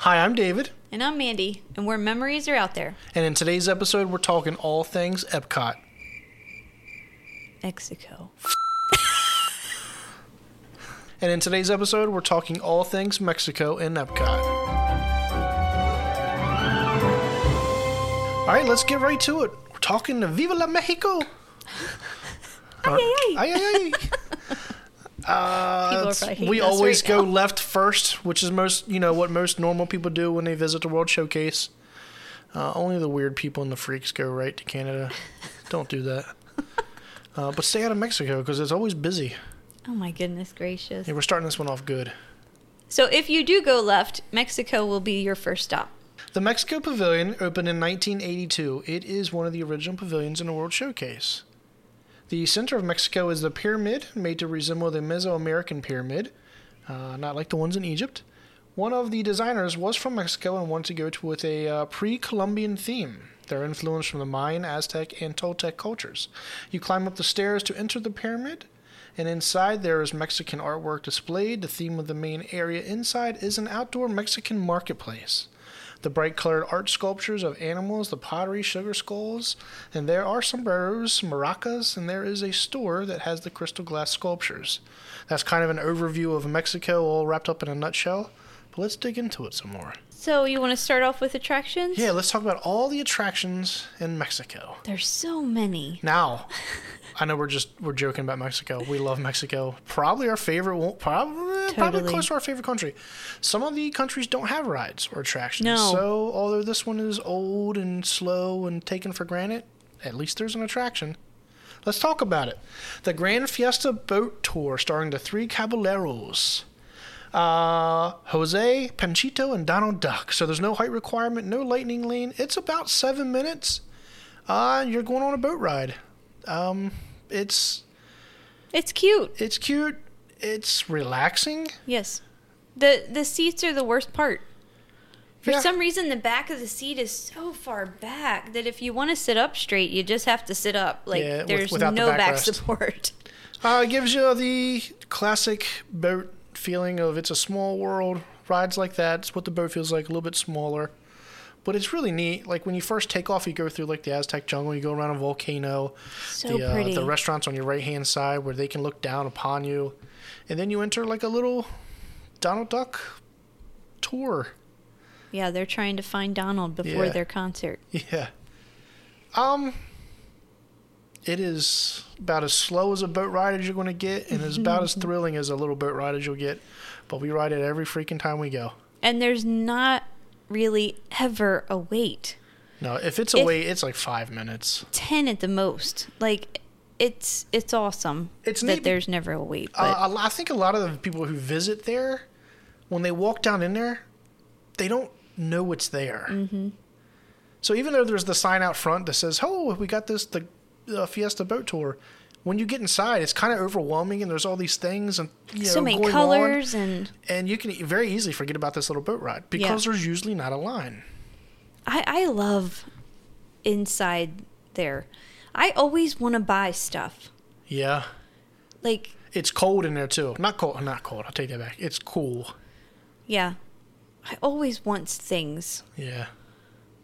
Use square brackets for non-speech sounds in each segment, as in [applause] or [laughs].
Hi, I'm David, And I'm Mandy, and where memories are out there. and in today's episode, we're talking all things Epcot. Mexico. And in today's episode, we're talking all things Mexico and Epcot. All right, let's get right to it. We're talking to Viva la Mexico. Ay, ay, ay. Ay, ay, ay. [laughs] People are probably hating Uh, we us always right go now. left first, which is most you know what most normal people do when they visit the World Showcase. Uh, only the weird people and the freaks go right to [laughs] Canada. Don't do that. Uh, but stay out of Mexico because it's always busy. Oh my goodness gracious. Hey, we're starting this one off good. So if you do go left, Mexico will be your first stop. The Mexico Pavilion opened in 1982. It is one of the original pavilions in the World Showcase. The center of Mexico is the pyramid, made to resemble the Mesoamerican pyramid, uh, not like the ones in Egypt. One of the designers was from Mexico and wanted to go to with a uh, pre-Columbian theme. Their influence from the Mayan, Aztec, and Toltec cultures. You climb up the stairs to enter the pyramid, and inside there is Mexican artwork displayed. The theme of the main area inside is an outdoor Mexican marketplace. The bright colored art sculptures of animals, the pottery, sugar skulls, and there are sombreros, maracas, and there is a store that has the crystal glass sculptures. That's kind of an overview of Mexico all wrapped up in a nutshell, but let's dig into it some more. So you want to start off with attractions? Yeah, let's talk about all the attractions in Mexico. There's so many. Now, I know we're just we're joking about Mexico. We love Mexico. Probably our favorite, well, probably probably Totally. close to our favorite country. Some of the countries don't have rides or attractions. No. So although this one is old and slow and taken for granted, at least there's an attraction. Let's talk about it. The Grand Fiesta Boat Tour, starring the three caballeros. Uh, Jose, Panchito, and Donald Duck. So there's no height requirement, no lightning lane. It's about seven minutes. Uh, you're going on a boat ride. Um, it's It's cute. it's cute. It's relaxing. Yes. The the seats are the worst part. For Yeah. some reason the back of the seat is so far back that if you want to sit up straight, you just have to sit up. Like Yeah, with- there's without the no back backrest. support. [laughs] Uh, it gives you the classic boat feeling of it's a small world. Rides like that, it's what the boat feels like, a little bit smaller. But it's really neat. Like when you first take off, you go through like the Aztec jungle, you go around a volcano, So the, uh, pretty. the restaurants on your right hand side where they can look down upon you. And then you enter like a little Donald Duck tour. Yeah, they're trying to find Donald before Yeah. their concert. Yeah. Um it is about as slow as a boat ride as you're going to get and it's about as thrilling as a little boat ride as you'll get, but we ride it every freaking time we go. And there's not really ever a wait. No, if it's a If- wait, it's like 5 minutes. 10 at the most. Like it's it's awesome It's that neat. there's never a wait. But Uh, a lo- I think a lot of the people who visit there when they walk down in there, they don't know it's there. Mm-hmm. So even though there's the sign out front that says, "Oh, we got this the uh, Fiesta boat tour," when you get inside, it's kind of overwhelming, and there's all these things and you know, so many going on. colors and and you can e, very easily forget about this little boat ride because there's usually not a line. I, I love inside there. I always want to buy stuff. Yeah, Like, it's cold in there too. Not cold, not cold. I'll take that back. It's cool. yeah, I always want things. Yeah,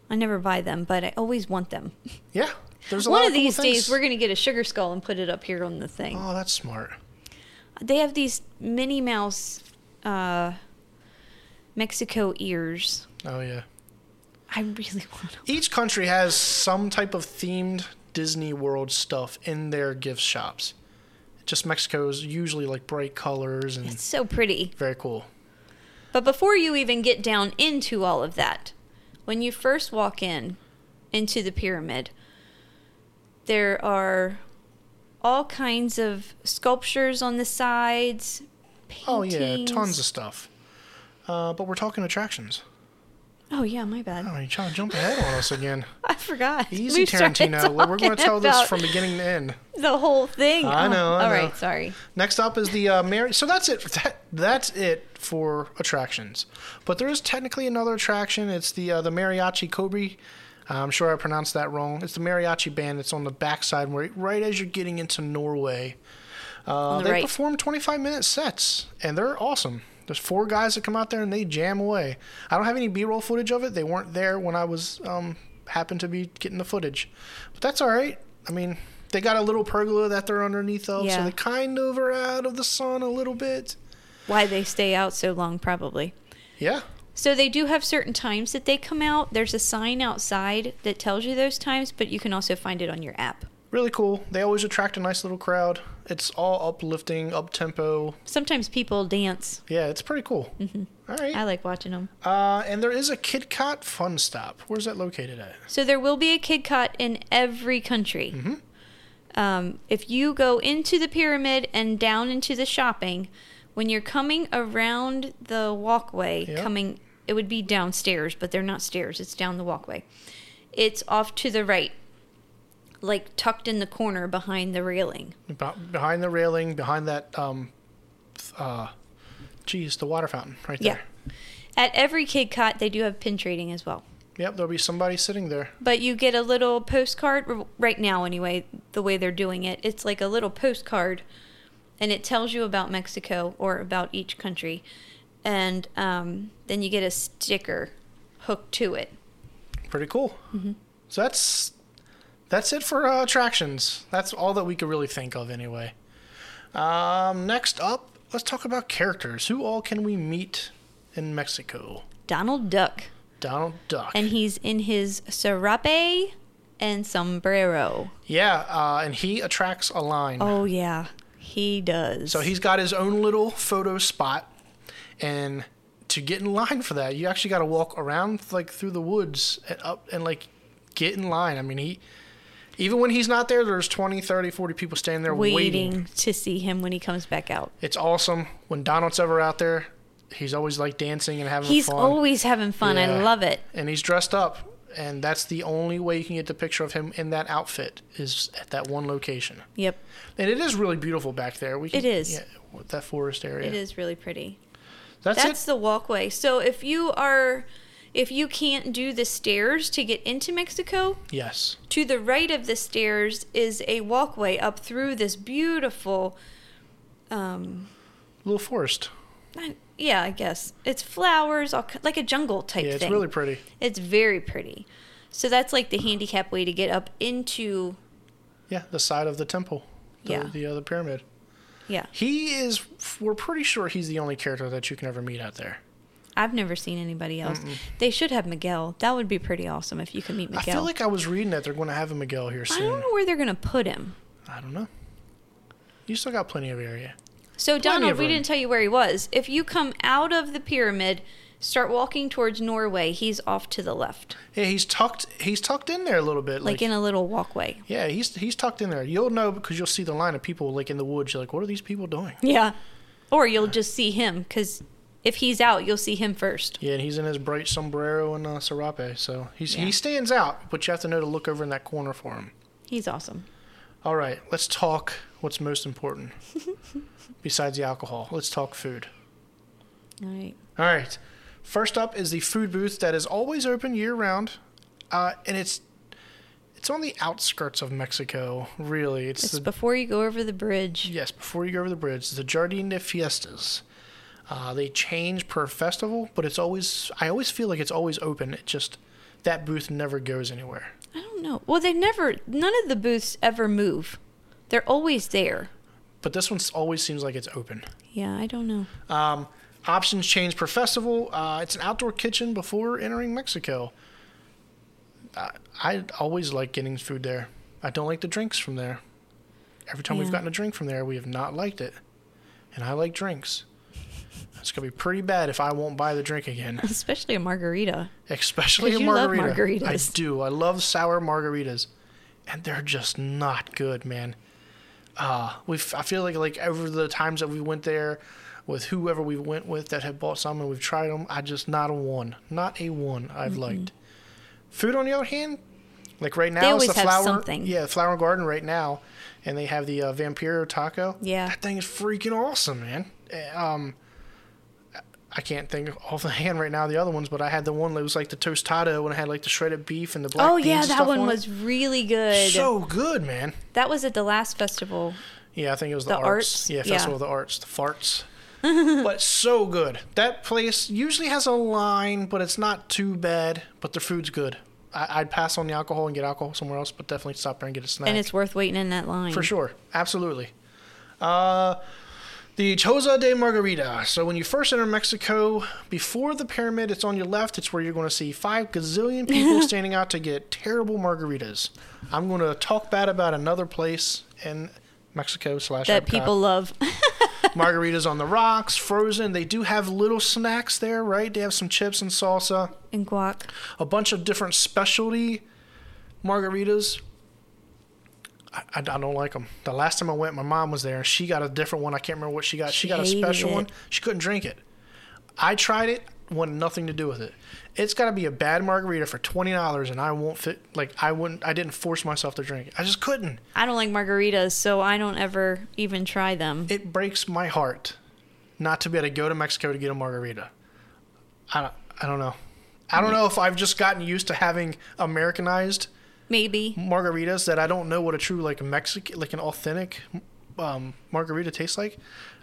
I never buy them, but I always want them. yeah. There's a lot One of, of cool these things. days, we're going to get a sugar skull and put it up here on the thing. Oh, that's smart. They have these Minnie Mouse uh, Mexico ears. Oh yeah. I really [laughs] want them. Each country has some type of themed Disney World stuff in their gift shops. Just Mexico is usually like bright colors and It's so pretty. very cool. But before you even get down into all of that, when you first walk in into the pyramid, there are all kinds of sculptures on the sides. Paintings. Oh yeah, tons of stuff. Uh, but we're talking attractions. Oh yeah, my bad. Oh, you're trying to jump ahead on us again. [laughs] I forgot. Easy, We started Tarantino. We're going to talking tell this about from beginning to end. [laughs] the whole thing. Oh, I know, I All know. right, sorry. Next up is the uh, Mary. So that's it. That, that's it for attractions. But there is technically another attraction. It's the uh, the Mariachi Cobri. I'm sure I pronounced that wrong. It's the mariachi band. It's on the backside, where right as you're getting into Norway. Uh, the they right. perform 25 minute sets, and they're awesome. There's four guys that come out there and they jam away. I don't have any B-roll footage of it. They weren't there when I was um, happened to be getting the footage, but that's all right. I mean, they got a little pergola that they're underneath of, so Yeah. they kind of are out of the sun a little bit. Why they stay out so long, probably. Yeah, So they do have certain times that they come out. There's a sign outside that tells you those times, but you can also find it on your app. really cool. They always attract a nice little crowd. It's all uplifting, up tempo. Sometimes people dance. Yeah, it's pretty cool. All right. Mm-hmm. I like watching them. Uh, and there is a Kid Cot Fun Stop. Where's that located at? So there will be a kid cot in every country. Um, if you go into the pyramid and down into the shopping, when you're coming around the walkway, Yeah. coming, it would be downstairs, but they're not stairs. It's down the walkway. It's off to the right, like tucked in the corner behind the railing. Beh- Behind the railing, behind that, um, th- uh, geez, the water fountain right Yeah. there. At every kid cot, they do have pin trading as well. Yep, there'll be somebody sitting there. But you get a little postcard r- right now, anyway, the way they're doing it. It's like a little postcard and it tells you about Mexico or about each country. And um, then you get a sticker hooked to it. Pretty cool. Mm-hmm. So that's that's it for uh, attractions. That's all that we could really think of anyway. Um, next up, let's talk about characters. Who all can we meet in Mexico? Donald Duck. Donald Duck. And he's in his serape and sombrero. yeah, uh, and he attracts a line. Oh, yeah, he does. So he's got his own little photo spot, and to get in line for that, you actually got to walk around like through the woods and up and like get in line. I mean, he even when he's not there, there's 20, 30, 40 people standing there waiting, waiting. to see him when he comes back out. It's awesome. When Donald's ever out there, he's always like dancing and having He's fun. always having fun. I Yeah. love it. and he's dressed up, and that's the only way you can get the picture of him in that outfit is at that one location. Yep, And it is really beautiful back there. We can, It is. yeah, that forest area. it is really pretty. That's, That's, it. the walkway. So if you are, if you can't do the stairs to get into Mexico, Yes. to the right of the stairs is a walkway up through this beautiful, um, Little forest. I- yeah, I guess it's flowers, all, ki- like a jungle type Yeah, it's thing. really pretty. it's very pretty. So that's like the handicap way to get up into. Yeah, the side of the temple. The, Yeah. The other pyramid. Yeah, He is. We're pretty sure he's the only character that you can ever meet out there. I've never seen anybody else. They should have Miguel. That would be pretty awesome if you could meet Miguel. I feel like I was reading that they're going to have a Miguel here I soon. don't know where they're gonna put him. I don't know. You still got plenty of area. So Plenty Donald, of we room. didn't tell you where he was. If you come out of the pyramid, start walking towards Norway, he's off to the left, Yeah, he's tucked. He's tucked in there a little bit. like, Like, in a little walkway. yeah, he's he's tucked in there. You'll know because you'll see the line of people like in the woods. You're like, what are these people doing? Yeah. Or you'll just see him cuz if he's out, you'll see him first. Yeah, and he's in his bright sombrero and uh, serape, so he's, he stands out. But you have to know to look over in that corner for him. He's awesome. All right, let's talk what's most important besides the alcohol. Let's talk food. All right. All right, first up is the food booth that is always open year round, uh, and it's it's on the outskirts of Mexico. Really, it's, It's the before you go over the bridge. yes before you go over the bridge, the Jardín de Fiestas. Uh, they change per festival, but it's always I always feel like it's always open. It just that booth never goes anywhere. I don't know. Well, they never none of the booths ever move. They're always there. But this one always seems like it's open. Yeah, I don't know. [laughs] Um, options change per festival. Uh, it's an outdoor kitchen before entering Mexico. I, I always like getting food there. I don't like the drinks from there. Every time we've Yeah. gotten a drink from there, we have not liked it. And I like drinks. It's going to be pretty bad if I won't buy the drink again, Especially a margarita. especially a 'Cause you love margarita. I margaritas. do. I love sour margaritas. And they're just not good, man. Uh, we've I feel like like over the times that we went there with whoever we went with that had bought some and we've tried them, I just not a one, not a one I've liked. Food on the other hand, like right now always it's the have flower, something. yeah, Flower and Garden right now, and they have the uh, Vampiro taco. Yeah. that thing is freaking awesome, man. Eh, Um, I can't think off the hand right now of the other ones, but I had the one that was like the tostado and it had like the shredded beef and the black oh beans yeah, and that stuff one on it. was really good. so good, man. that was at the last festival Yeah, I think it was the, The arts. arts, Yeah, yeah. [laughs] Festival of the Arts, the farts. but so good. That place usually has a line, but it's not too bad. But their food's good. I, I'd pass on the alcohol and get alcohol somewhere else, but definitely stop there and get a snack. And it's worth waiting in that line. For sure. Absolutely. Uh, the Choza de Margarita. So when you first enter Mexico, before the pyramid, it's on your left. It's where you're going to see five gazillion [laughs] people standing out to get terrible margaritas. I'm going to talk bad about another place in Mexico slash That Epcot. people love. margaritas on the rocks, frozen. They do have little snacks there, right? They have some chips and salsa [laughs] and guac. a bunch of different specialty margaritas. I, I- I don't like them. The last time I went, my mom was there. and She got a different one. I can't remember what she got. She, got a Hated special it. one. She couldn't drink it. I tried it. Wanted nothing to do with it. It's got to be a bad margarita for twenty dollars, and I won't fit. Like I wouldn't. I didn't force myself to drink it. I just couldn't. I don't like margaritas, so I don't ever even try them. It breaks my heart not to be able to go to Mexico to get a margarita. I don't. I don't know. I don't know if I've just gotten used to having Americanized Maybe. margaritas that I don't know what a true like Mexican, like an authentic um, margarita tastes like.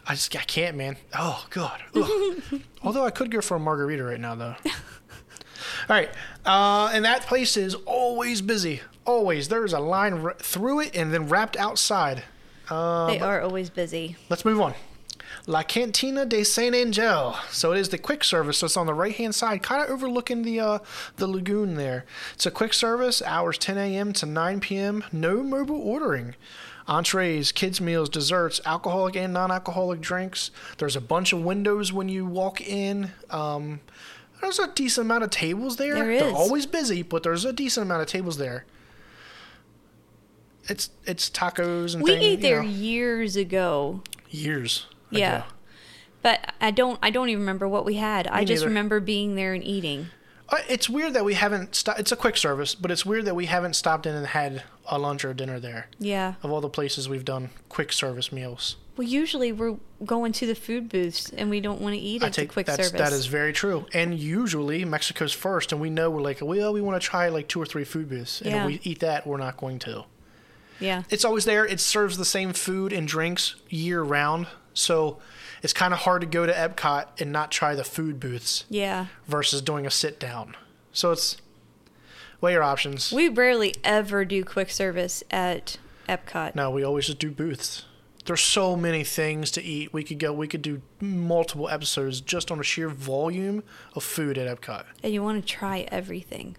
I just I can't, man. Oh god. Ugh. Although I could go for a margarita right now though. All right, uh, and that place is always busy. Always there's a line r- through it and then wrapped outside. they are always busy. Let's move on. La Cantina de San Angel. So it is the quick service. So it's on the right hand side, kind of overlooking the uh, the lagoon there. It's a quick service, hours 10 a.m. to 9 p.m. No mobile ordering. Entrees, kids' meals, desserts, alcoholic and non alcoholic drinks. There's a bunch of windows when you walk in. Um, there's a decent amount of tables there. There They're is. always busy, but there's a decent amount of tables there. It's it's tacos and We thing, ate you there know, years ago. years. Yeah. ago. But I don't I don't even remember what we had. I just neither. remember being there and eating. Uh, It's weird that we haven't. Sto- it's a quick service, but it's weird that we haven't stopped in and had a lunch or dinner there. Yeah. Of all the places we've done quick service meals, Well, usually we're going to the food booths and we don't want to eat I at the take quick that's service. that is very true. And usually Mexico's first, and we know we're like, well, we want to try like two or three food booths, and Yeah. if we eat that, we're not going to. yeah. It's always there. It serves the same food and drinks year round, so it's kind of hard to go to Epcot and not try the food booths Yeah. versus doing a sit down. So it's weigh your options. We rarely ever do quick service at Epcot. No, we always just do booths. There's so many things to eat. We could go. We could do multiple episodes just on the sheer volume of food at Epcot. And you want to try everything.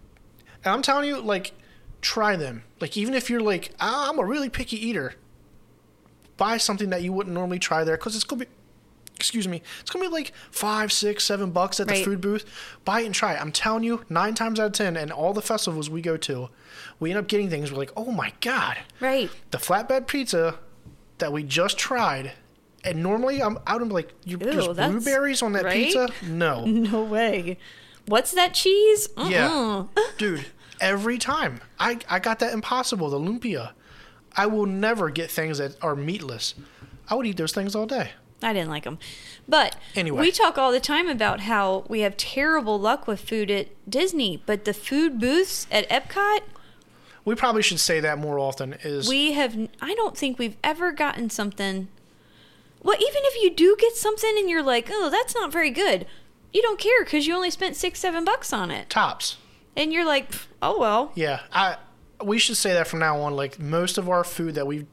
And I'm telling you, like, try them. Like, even if you're like, "Ah, I'm a really picky eater, buy something that you wouldn't normally try there because it's gonna be, excuse me, it's gonna be like five, six, seven bucks at the Right. food booth. Buy it and try it. I'm telling you, nine times out of ten, and all the festivals we go to, we end up getting things. We're like, oh my god, Right. the flatbread pizza that we just tried, and normally I'm out and like, you, there's Ew, that's- blueberries on that right? pizza? No. [laughs] No way. What's that cheese? Uh-uh. Yeah. Dude, every time. I, I got that impossible, the lumpia. I will never get things that are meatless. I would eat those things all day. [laughs] I didn't like them. But Anyway. we talk all the time about how we have terrible luck with food at Disney, but the food booths at Epcot, We probably should say that more often is we have I don't think we've ever gotten something. Well, even if you do get something and you're like, "Oh, that's not very good." You don't care cuz you only spent 6-7 bucks on it. tops. And you're like, "Pff, "Oh well." Yeah. I we should say that from now on. Like most of our food that we've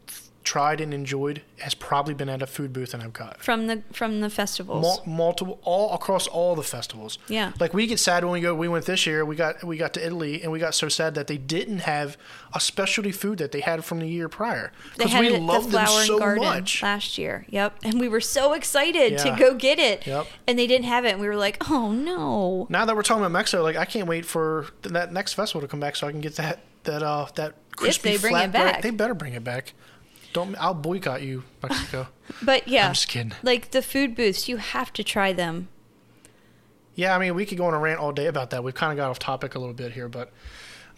tried and enjoyed has probably been at a food booth in Epcot. From the from the festivals. Mul- multiple all across all the festivals. Yeah. Like we get sad when we go. We went this year. We got we got to Italy, and we got so sad that they didn't have a specialty food that they had from the year prior They had we it at the Flower and Garden last year. Yep. And we were so excited Yeah. to go get it. Yep. And they didn't have it. And we were like, oh no. Now that we're talking about Mexico, like I can't wait for th- that next festival to come back so I can get that that uh that crispy they bring it flatbread. back. They better bring it back. Don't I'll boycott you, Mexico. [laughs] But yeah. I'm just kidding. Like the food booths, you have to try them. Yeah, I mean, we could go on a rant all day about that. We've kind of got off topic a little bit here, but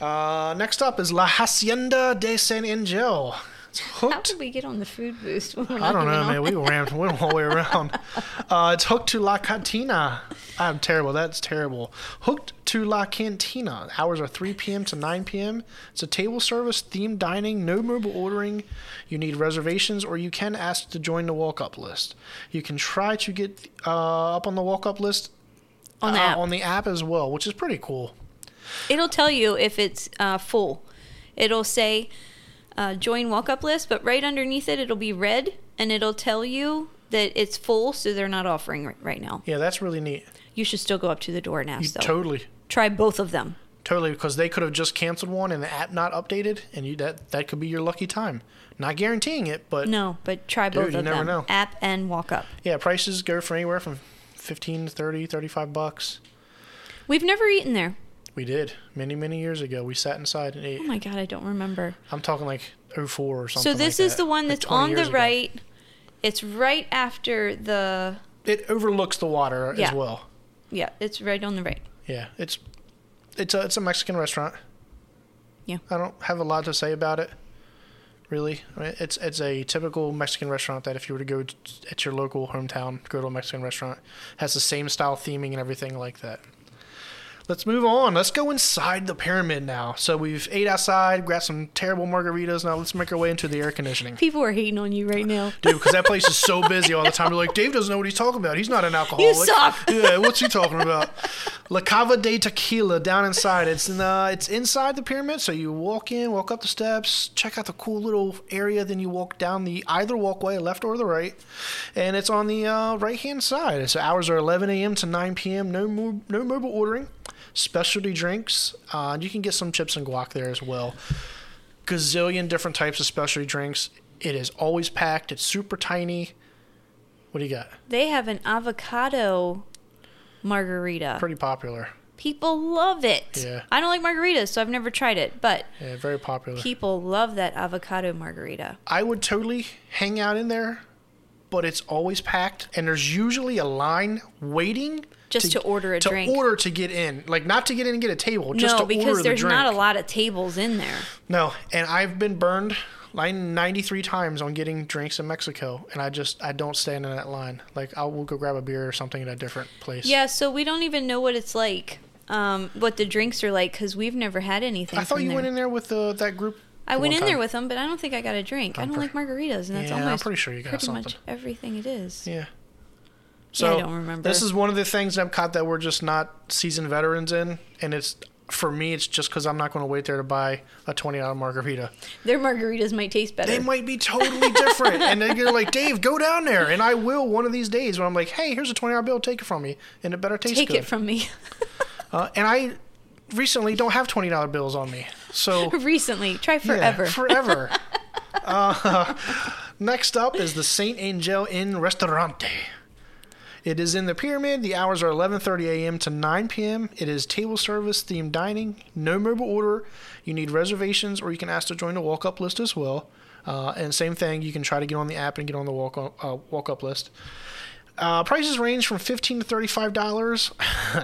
uh, next up is La Hacienda de San Angel. It's How hooked. did we get on the food boost when we're not I don't even know, man. on We rammed, went all the way around. Uh, it's hooked to La Cantina. I'm terrible. That's terrible. Hooked to La Cantina. Hours are 3 p.m. to 9 p.m. It's a table service, themed dining, no mobile ordering. You need reservations, or you can ask to join the walk-up list. You can try to get uh, up on the walk-up list on the uh, app? on the app as well, which is pretty cool. It'll tell you if it's uh, full. It'll say uh, join walk up list, but right underneath it, it'll be red and it'll tell you that it's full, so they're not offering r- right now. Yeah, that's really neat. You should still go up to the door and ask, though. Totally. Try both of them. Totally, because they could have just canceled one and the app not updated, and you that that could be your lucky time. Not guaranteeing it, but No, but try Dude, both you of never them know. app and walk up. yeah, prices go from anywhere from 15 to 30, 35 bucks. We've never eaten there. We did many, many years ago. We sat inside and ate. Oh my God, I don't remember. I'm talking like 04 or something. so this like is that, the one like that's 20 on years the ago. right. It's right after the. It overlooks the water as Yeah. well. Yeah, it's right on the right. Yeah, it's it's a it's a Mexican restaurant. Yeah. I don't have a lot to say about it, really. I mean, it's it's a typical Mexican restaurant that if you were to go t- at your local hometown, go to a Mexican restaurant, has the same style theming and everything like that. Let's move on. Let's go inside the pyramid now. So we've ate outside, grabbed some terrible margaritas. Now let's make our way into the air conditioning. People are hating on you right now. Dude, because that place is so busy all the time. You're like, Dave doesn't know what he's talking about. He's not an alcoholic. You suck. Yeah, what's he talking about? La Cava de Tequila down inside. It's in, uh, it's inside the pyramid. So you walk in, walk up the steps, check out the cool little area. Then you walk down the either walkway, left or the right, and it's on the uh, right hand side. So hours are 11 a.m. to 9 p.m. No mo- no mobile ordering. Specialty drinks. Uh, you can get some chips and guac there as well gazillion different types of specialty drinks. It is always packed. It's super tiny. What do you got? They have an avocado margarita. Pretty popular. People love it. Yeah. I don't like margaritas, so I've never tried it, but Yeah, very popular. people love that avocado margarita. I would totally hang out in there, but it's always packed, and there's usually a line waiting Just to order a to drink. order to get in. Like not to get in and get a table, just no, to order because the there's drink. not a lot of tables in there. No, and I've been burned like 93 times on getting drinks in Mexico, and I just I don't stand in that line. Like I will go grab a beer or something at a different place. Yeah, so we don't even know what it's like, um, what the drinks are like, because we've never had anything. I thought from you there. went in there with the, that group. I the went one in there time. with them, but I don't think I got a drink. I don't pre- like margaritas, and that's Yeah, I'm almost pretty sure you got pretty much something. everything it is. Yeah. So don't remember. This is one of the things in Epcot that we're just not seasoned veterans in, and it's for me. It's just because I'm not going to wait there to buy a twenty dollar margarita. Their margaritas might taste better. They might be totally different, and then you're like, Dave, go down there, and I will one of these days. When I'm like, hey, here's a twenty dollar bill, take it from me, and it better taste Take good. it from me. [laughs] uh, and I recently don't have twenty dollar bills on me, [laughs] so [laughs] Recently, try Yeah, forever. forever. [laughs] Uh, next up is the Saint Angel Inn Restaurante. It is in the pyramid. The hours are 11:30 a.m. to 9 p.m. It is table service, themed dining, no mobile order. You need reservations, or you can ask to join the walk-up list as well. Uh, and same thing, you can try to get on the app and get on the walk uh, walk-up list. Uh, prices range from 15 to 35 dollars. [laughs]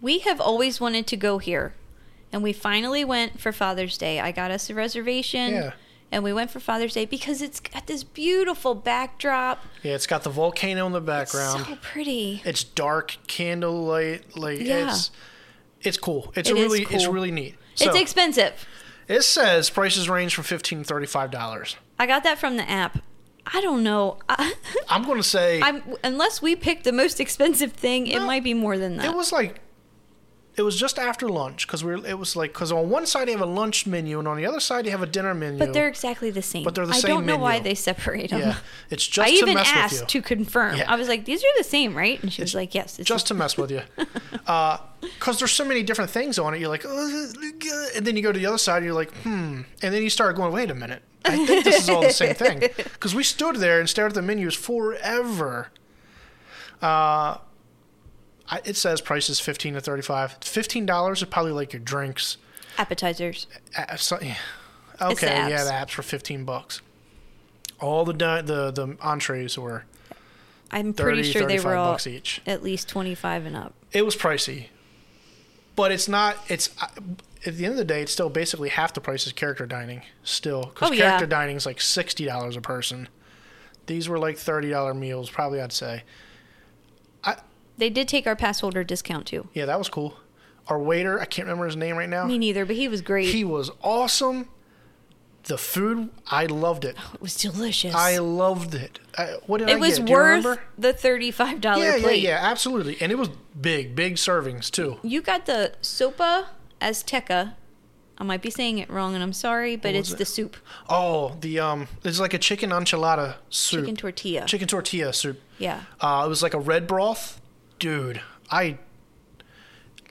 We have always wanted to go here, and we finally went for Father's Day. I got us a reservation, Yeah. and we went for Father's Day because it's got this beautiful backdrop. Yeah, it's got the volcano in the background. So pretty. it's dark candlelight like Yeah. it's it's cool it's It is really it's cool. really neat so it's expensive. it says prices range from 15 to 35 dollars I got that from the app. I don't know. I, [laughs] i'm gonna say [laughs] I'm unless we pick the most expensive thing, it No. might be more than that. it was like it was just after lunch because we're it was like because on one side you have a lunch menu and on the other side you have a dinner menu but they're exactly the same. But they're the I same don't know why menu. they separate them. yeah it's just [laughs] I to even mess with asked you to confirm. Yeah. I was like, "These are the same, right?" And she was like, "Yes." It's just to mess [laughs] with you because there's so many different things on it you're like "Oh, and then you go to the other side and you're like hmm and then you start going wait a minute i think this is all the same thing [laughs] because we stood there and stared at the menus forever uh, I, it says prices 15 to 35 $15 is probably like your drinks appetizers. uh, so, yeah. okay yeah apps. the apps were 15 bucks all the di- the the entrees were I'm 30 pretty sure they 35 were all bucks each at least 25 and up. it was pricey but it's not it's at the end of the day, it's still basically half the price as character dining. Still, because Oh, yeah. character dining is like sixty dollars a person. These were like thirty dollar meals, probably. I'd say. They did take our pass holder discount too. Yeah, that was cool. Our waiter, I can't remember his name right now. Me neither, but he was great. Uh, He was awesome. The food, I loved it. it was delicious. I loved it. I, what did I it was get? Do you worth remember? the thirty-five dollar Yeah, yeah, plate. yeah, absolutely. And it was big, big servings too. You got the sopa azteca. I might be saying it wrong, and I'm sorry, but it's was it? the soup, Oh, the um, it's like a chicken enchilada soup, chicken tortilla. chicken tortilla soup. yeah, Uh, it was like a red broth, dude. I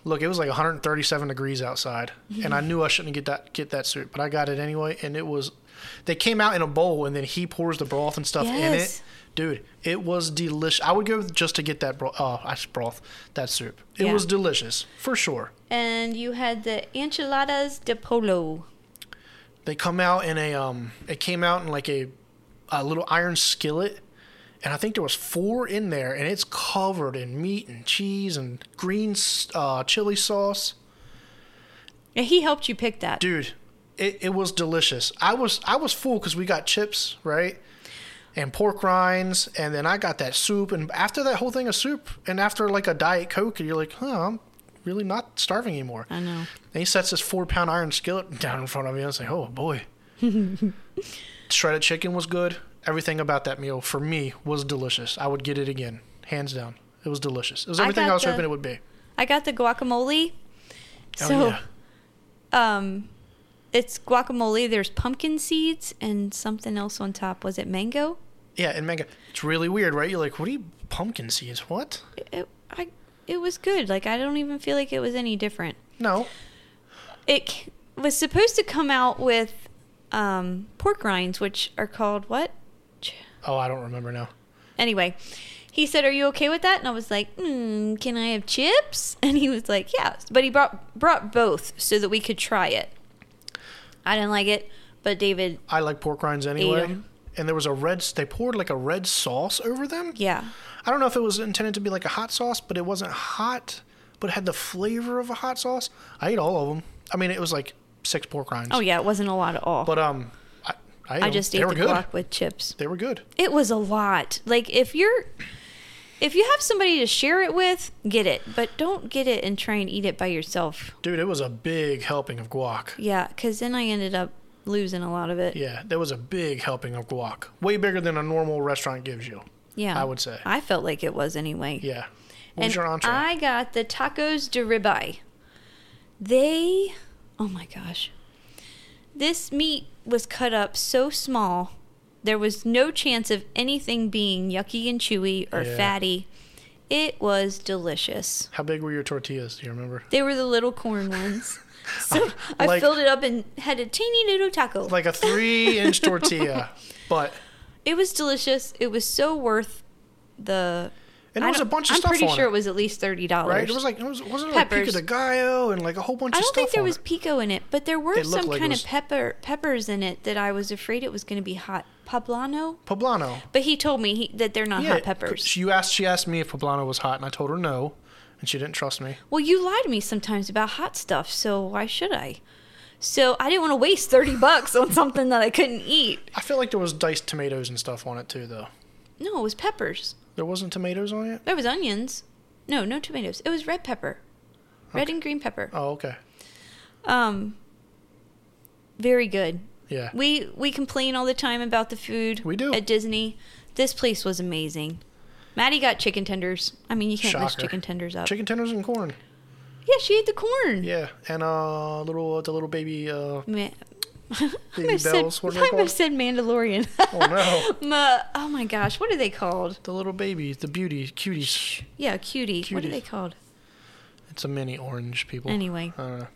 look. It was like 137 degrees outside, and I knew I shouldn't get that get that soup, but I got it anyway. And it was, they came out in a bowl, and then he pours the broth and stuff in it. Yes. Dude, it was delicious. I would go just to get that broth. Oh, I s- broth that soup. It Yeah. was delicious for sure. and you had the enchiladas de polo. They come out in a um. It came out in like a, a little iron skillet, and I think there was four in there, and it's covered in meat and cheese and green s- uh, chili sauce. Yeah, he helped you pick that. Dude, it, it was delicious. I was I was full because we got chips right, and pork rinds, and then I got that soup. And after that whole thing of soup, and after like a diet coke, you're like, huh, I'm really not starving anymore. I know. And he sets this four pound iron skillet [laughs] down in front of me. I was like, oh [laughs] boy. Shredded chicken was good. Everything about that meal for me was delicious. I would get it again, hands down. It was delicious. It was I everything I, got was the- hoping it would be. I got the guacamole. Oh, So, yeah. um, it's guacamole. There's pumpkin seeds and something else on top. Was it mango? Yeah, and mango. It's really weird, right? You're like, what do you pumpkin seeds? What? It, it, I, it was good. Like I don't even feel like it was any different. No. It c- was supposed to come out with um, pork rinds, which are called what? Ch- Oh, I don't remember now. Anyway, he said, "Are you okay with that?" And I was like, mm, "Can I have chips?" [laughs] And he was like, "Yeah." But he brought brought both so that we could try it. I didn't like it, but David, I like pork rinds anyway. 'em. And there was a red. They poured like a red sauce over them. yeah, I don't know if it was intended to be like a hot sauce, but it wasn't hot, but it had the flavor of a hot sauce. I ate all of them. I mean, it was like six pork rinds. oh yeah, it wasn't a lot at all. But um, I, I, ate I 'em. just they ate were the good. guac with chips. They were good. It was a lot. Like if you're if you have somebody to share it with, get it, but don't get it and try and eat it by yourself. Dude, it was a big helping of guac. Yeah, because then I ended up losing a lot of it. Yeah, there was a big helping of guac. Way bigger than a normal restaurant gives you. Yeah, I would say. I felt like it was anyway. Yeah. What and was your entree? I got the tacos de ribeye. They, oh my gosh, this meat was cut up so small. There was no chance of anything being yucky and chewy or Yeah. fatty. It was delicious. How big were your tortillas? Do you remember? They were the little [laughs] corn ones. So I Like- filled it up and had a teeny little taco. Like a three [laughs] inch tortilla. But, It was delicious. It was so worth the. and I there was a don't- bunch of I'm stuff pretty on sure it. it was at least thirty dollars. Right? It was like, it was, wasn't it like pico Peppers. de gallo and like a whole bunch I of don't stuff think there on was it. pico in it, but there were It looked some like it kind was- of pepper peppers in it that I was afraid it was going to be hot poblano. Poblano. But he told me he, that they're not hot Uh-huh, peppers. She asked, she asked me if poblano was hot, and I told her no, and she didn't trust me. well, you lie to me sometimes about hot stuff, so why should I? So I didn't want to waste thirty [laughs] bucks on something that I couldn't eat. I feel like there was diced tomatoes and stuff on it too, though. No, it was peppers. There wasn't tomatoes on it. There was onions. No, no tomatoes. It was red pepper, red and green pepper. Oh, okay. Um, very good. Yeah. We we complain all the time about the food. We do. at Disney. This place was amazing. Maddie got chicken tenders. I mean, you can't mess Shocker. chicken tenders up. Chicken tenders and corn. yeah, she ate the corn. Yeah, and uh, little the little baby. Uh, Ma- [laughs] I Baby almost bells, said, what are I they almost said Mandalorian. [laughs] oh no, Ma- oh my gosh, what are they called? the little baby, the beauty, cuties. Yeah, cutie. What are Cutie. they called? It's a mini orange, people. Anyway, I don't know.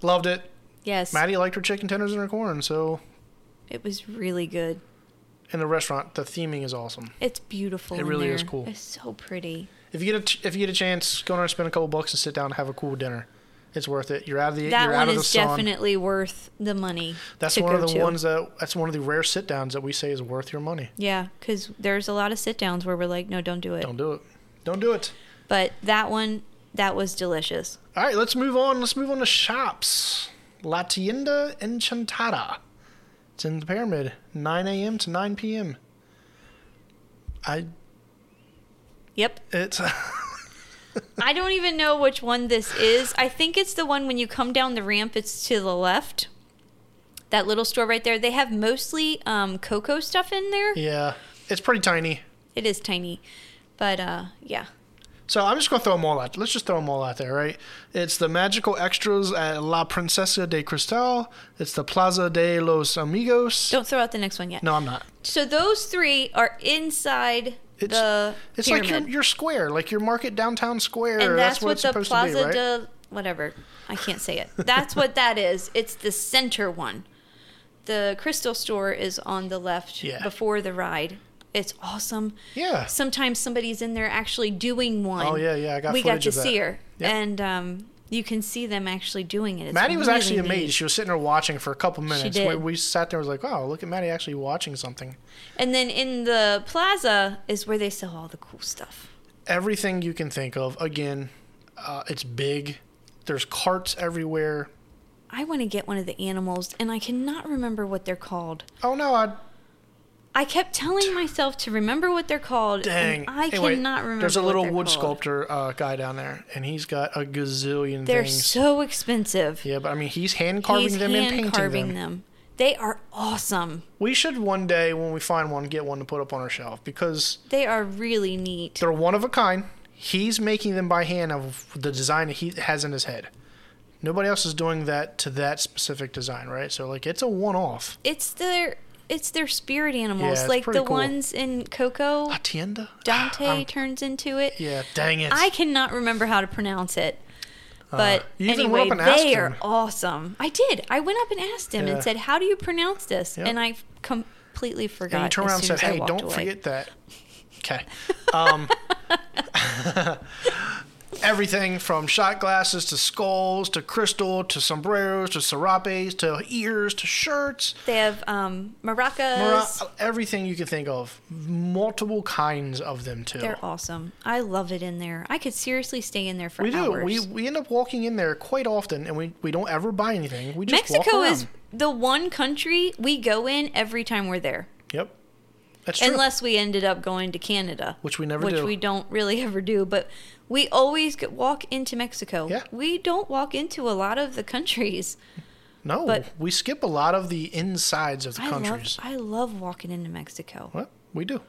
Loved it. yes, Maddie liked her chicken tenders and her corn. So it was really good. in the restaurant, the theming is awesome. It's beautiful. It in really is there. cool. It's so pretty. If you get a ch- if you get a chance, go in there and spend a couple bucks and sit down and have a cool dinner. It's worth it. You're out of the that you're one out of the is sun. definitely worth the money. that's to one of go the to. ones that that's one of the rare sit downs that we say is worth your money. Yeah, because there's a lot of sit downs where we're like, no, don't do it. Don't do it. Don't do it. But that one, That was delicious. All right, let's move on. Let's move on to shops. La Tienda Enchantada. It's in the pyramid, 9 a.m. to 9 p.m. I. Yep. It's. [laughs] I don't even know which one this is. I think it's the one when you come down the ramp, it's to the left. That little store right there. They have mostly um, cocoa stuff in there. yeah, it's pretty tiny. It is tiny. But uh, yeah. So I'm just gonna throw them all out. Let's just throw them all out there, right? It's the magical extras at La Princesa de Cristal. It's the Plaza de los Amigos. Don't throw out the next one yet. No, I'm not. So those three are inside It's the it's pyramid. like your, your square, like your market downtown square. and that's, what, what it's the supposed Plaza to be, right? de whatever. I can't say it. That's what that is. It's the center one. The crystal store is on the left Yeah. before the ride. It's awesome. yeah. Sometimes somebody's in there actually doing one. Oh, yeah, yeah, I got we got footage to of that. see her, Yep. and um, you can see them actually doing it. It's Maddie was really actually neat. amazed. She was sitting there watching for a couple minutes. did. We, we sat there and was like, wow, look at Maddie actually watching something. And then in the plaza is where they sell all the cool stuff. Everything you can think of. Again, uh, it's big. There's carts everywhere. I want to get one of the animals, and I cannot remember what they're called. Oh, no, I I kept telling myself to remember what they're called. Dang. And I Anyway, cannot remember. There's a what little they're wood called. sculptor uh, guy down there, and he's got a gazillion They're things. so expensive. yeah, but I mean, he's hand carving He's them and hand painting carving them. them. They are awesome. We should one day, when we find one, get one to put up on our shelf because They are really neat. they're one of a kind. He's making them by hand of the design that he has in his head. Nobody else is doing that to that specific design, right? So like, it's a one-off. It's their it's their spirit animals, Yeah, it's like the pretty cool. ones in Coco. La tienda. [sighs] Dante I'm- turns into it. yeah, dang it. I cannot remember how to pronounce it. But Uh, you even anyway, went up and asked they are him. awesome. I did. I went up and asked him Yeah. and said, "How do you pronounce this?" Yep. And I completely forgot. And you turned as around and soon said, as I "Hey, walked don't away. forget that." Okay. Um, [laughs] everything from shot glasses to skulls to crystal to sombreros to serapes to ears to shirts, They have um, maracas. mara- oh. everything you can think of. Multiple kinds of them too. They're awesome. I love it in there. I could seriously stay in there for we do. hours. We we end up walking in there quite often, and we, we don't ever buy anything. We just Mexico walk around. is the one country we go in every time we're there, Yep. That's true. unless we ended up going to Canada, Which we never which do. we don't really [laughs] ever do. But we always get, walk into Mexico. Yeah. We don't walk into a lot of the countries. no, but- we skip a lot of the insides of the I love. countries. I love walking into Mexico. Well, we do.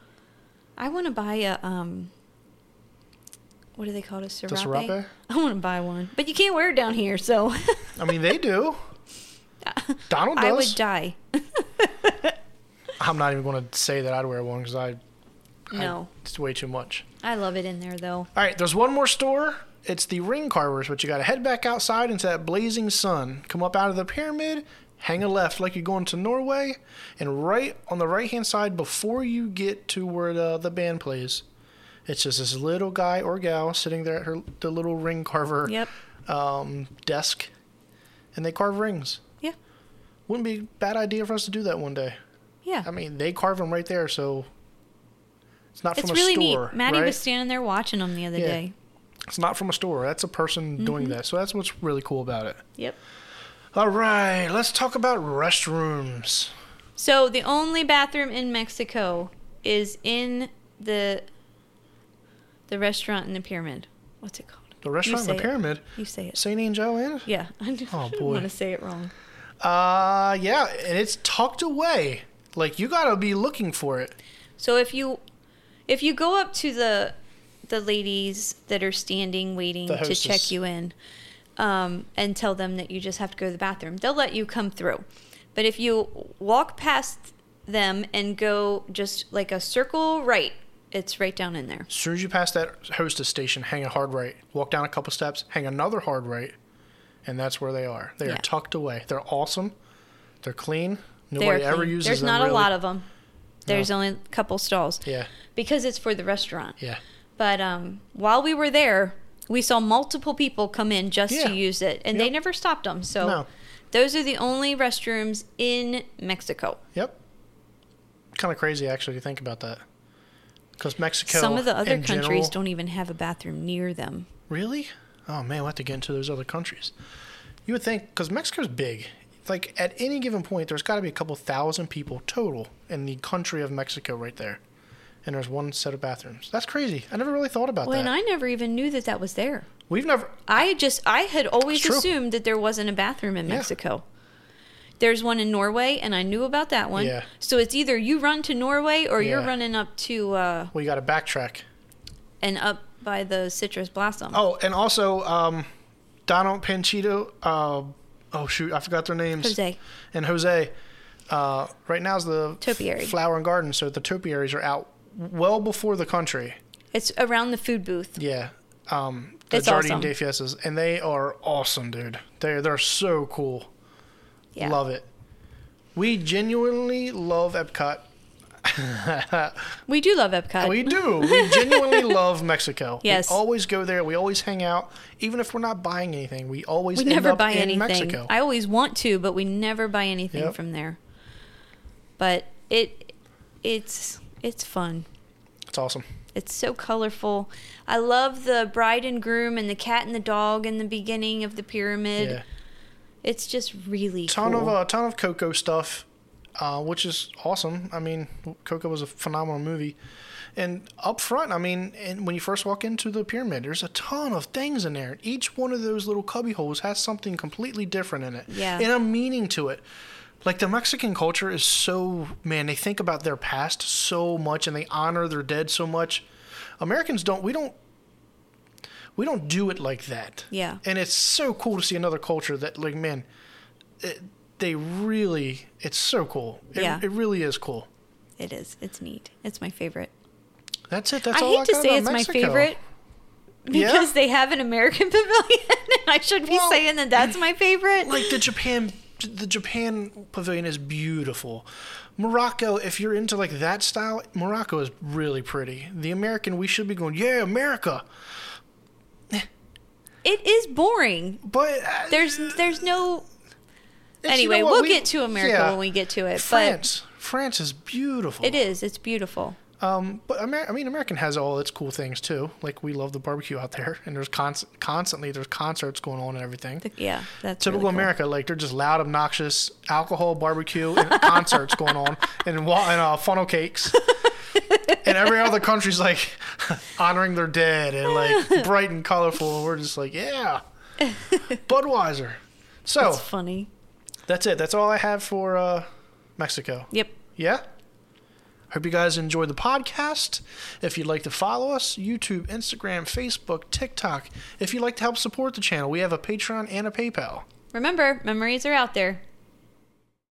I want to buy a um. What do they call it? A serape? serape? I want to buy one, but you can't wear it down here, so. [laughs] I mean, they do. Donald does. I would die. I'm not even going to say that I'd wear one because I No, it's way too much. I love it in there though. All right, there's one more store. It's the Ring Carvers, but you got to head back outside into that blazing sun. Come up out of the pyramid, hang a left like you're going to Norway, and right on the right hand side before you get to where the, the band plays, it's just this little guy or gal sitting there at her the little ring carver Yep. um, desk, and they carve rings. Yeah. Wouldn't be a bad idea for us to do that one day. Yeah. I mean, they carve them right there, so it's not it's from really a store. neat. Maddie right? was standing there watching them the other Yeah. day. It's not from a store. That's a person Mm-hmm. doing that. So that's what's really cool about it. Yep. All right, let's talk about restrooms. So the only bathroom in Mexico is in the the restaurant in the pyramid. What's it called? The restaurant in say the it. pyramid, You say it. St. Angel Inn. Yeah. [laughs] I just Oh, didn't boy. want to say it wrong. Uh, yeah, and it's tucked away. Like you gotta be looking for it. So if you if you go up to the the ladies that are standing waiting The to check hostess. you in um, and tell them that you just have to go to the bathroom, they'll let you come through. But if you walk past them and go just like a circle right, it's right down in there. As soon as you pass that hostess station, hang a hard right. Walk down a couple steps, hang another hard right, and that's where they are. They Yeah. are tucked away. They're awesome. They're clean. They Nobody are ever clean. uses There's them. not really. a lot of them. There's only a couple stalls Yeah, because it's for the restaurant. yeah. But um, while we were there, we saw multiple people come in just Yeah. to use it, and they Yep. never stopped them. So No. those are the only restrooms in Mexico. Yep. Kind of crazy, actually, to think about that. Because Mexico. Some of the other in countries general- don't even have a bathroom near them. Really? oh man, we'll have to get into those other countries. You would think, because Mexico's big. Like at any given point, there's got to be a couple thousand people total in the country of Mexico right there. And there's one set of bathrooms. That's crazy. I never really thought about Well, that. and I never even knew that that was there. We've never. I just I had always It's true. assumed that there wasn't a bathroom in Yeah. Mexico. There's one in Norway, and I knew about that one. Yeah. So it's either you run to Norway or you're Yeah. running up to uh, We got to backtrack. and up by the citrus blossom. Oh, and also um, Donald Panchito. Uh, oh shoot, I forgot their names. Jose. and Jose. Uh, right now is the Topiary. flower and garden, so the topiaries are out well before the country. It's around the food booth. Yeah, um, the It's Jardín awesome. de Fiestas, and they are awesome, dude. They they're so cool. Yeah. Love it. We genuinely love Epcot. We do love [laughs] Epcot. We do. [laughs] We genuinely love Mexico. Yes. We always go there. We always hang out. Even if we're not buying anything, we always We end never up buy in anything. Mexico. I always want to, but we never buy anything Yep. from there. But it it's it's fun. it's awesome. It's so colorful. I love the bride and groom and the cat and the dog in the beginning of the pyramid. Yeah. It's just really Ton cool. of uh, ton of Coco stuff, uh, which is awesome. I mean, Coco was a phenomenal movie. And up front, I mean, and when you first walk into the pyramid, there's a ton of things in there. Each one of those little cubby holes has something completely different in it, Yeah. and a meaning to it. Like the Mexican culture is so man, they think about their past so much and they honor their dead so much. Americans don't. We don't. We don't do it like that. Yeah. And it's so cool to see another culture that, like, man, it, they really. It's so cool. It, Yeah. It really is cool. it is. It's neat. It's my favorite. That's it. That's I all hate I to got say on it's Mexico. my favorite Yeah? because they have an American [laughs] pavilion and I should be Well, saying that that's my favorite. Like the Japan, the Japan pavilion is beautiful. Morocco, if you're into like that style, Morocco is really pretty. The American, we should be going, yeah, America. it is boring. But uh, There's there's no you know Anyway, what? we'll We- get to America yeah. when we get to it. France. France is beautiful. But it is. It's beautiful. Um, but Amer- I mean, American has all its cool things too. Like we love the barbecue out there, and there's cons- constantly there's concerts going on and everything. The- yeah, that's Typical really cool. America, like they're just loud, obnoxious, alcohol, barbecue, and [laughs] concerts going on, and wa- and uh, funnel [laughs] cakes. and every other country's like [laughs] honoring their dead and [laughs] like bright and colorful, and we're just like, yeah, Budweiser. So It's funny. that's it. That's all I have for uh, Mexico. Yep. Yeah. Hope you guys enjoyed the podcast. If you'd like to follow us, YouTube, Instagram, Facebook, TikTok. If you'd like to help support the channel, we have a Patreon and a PayPal. Remember, memories are out there.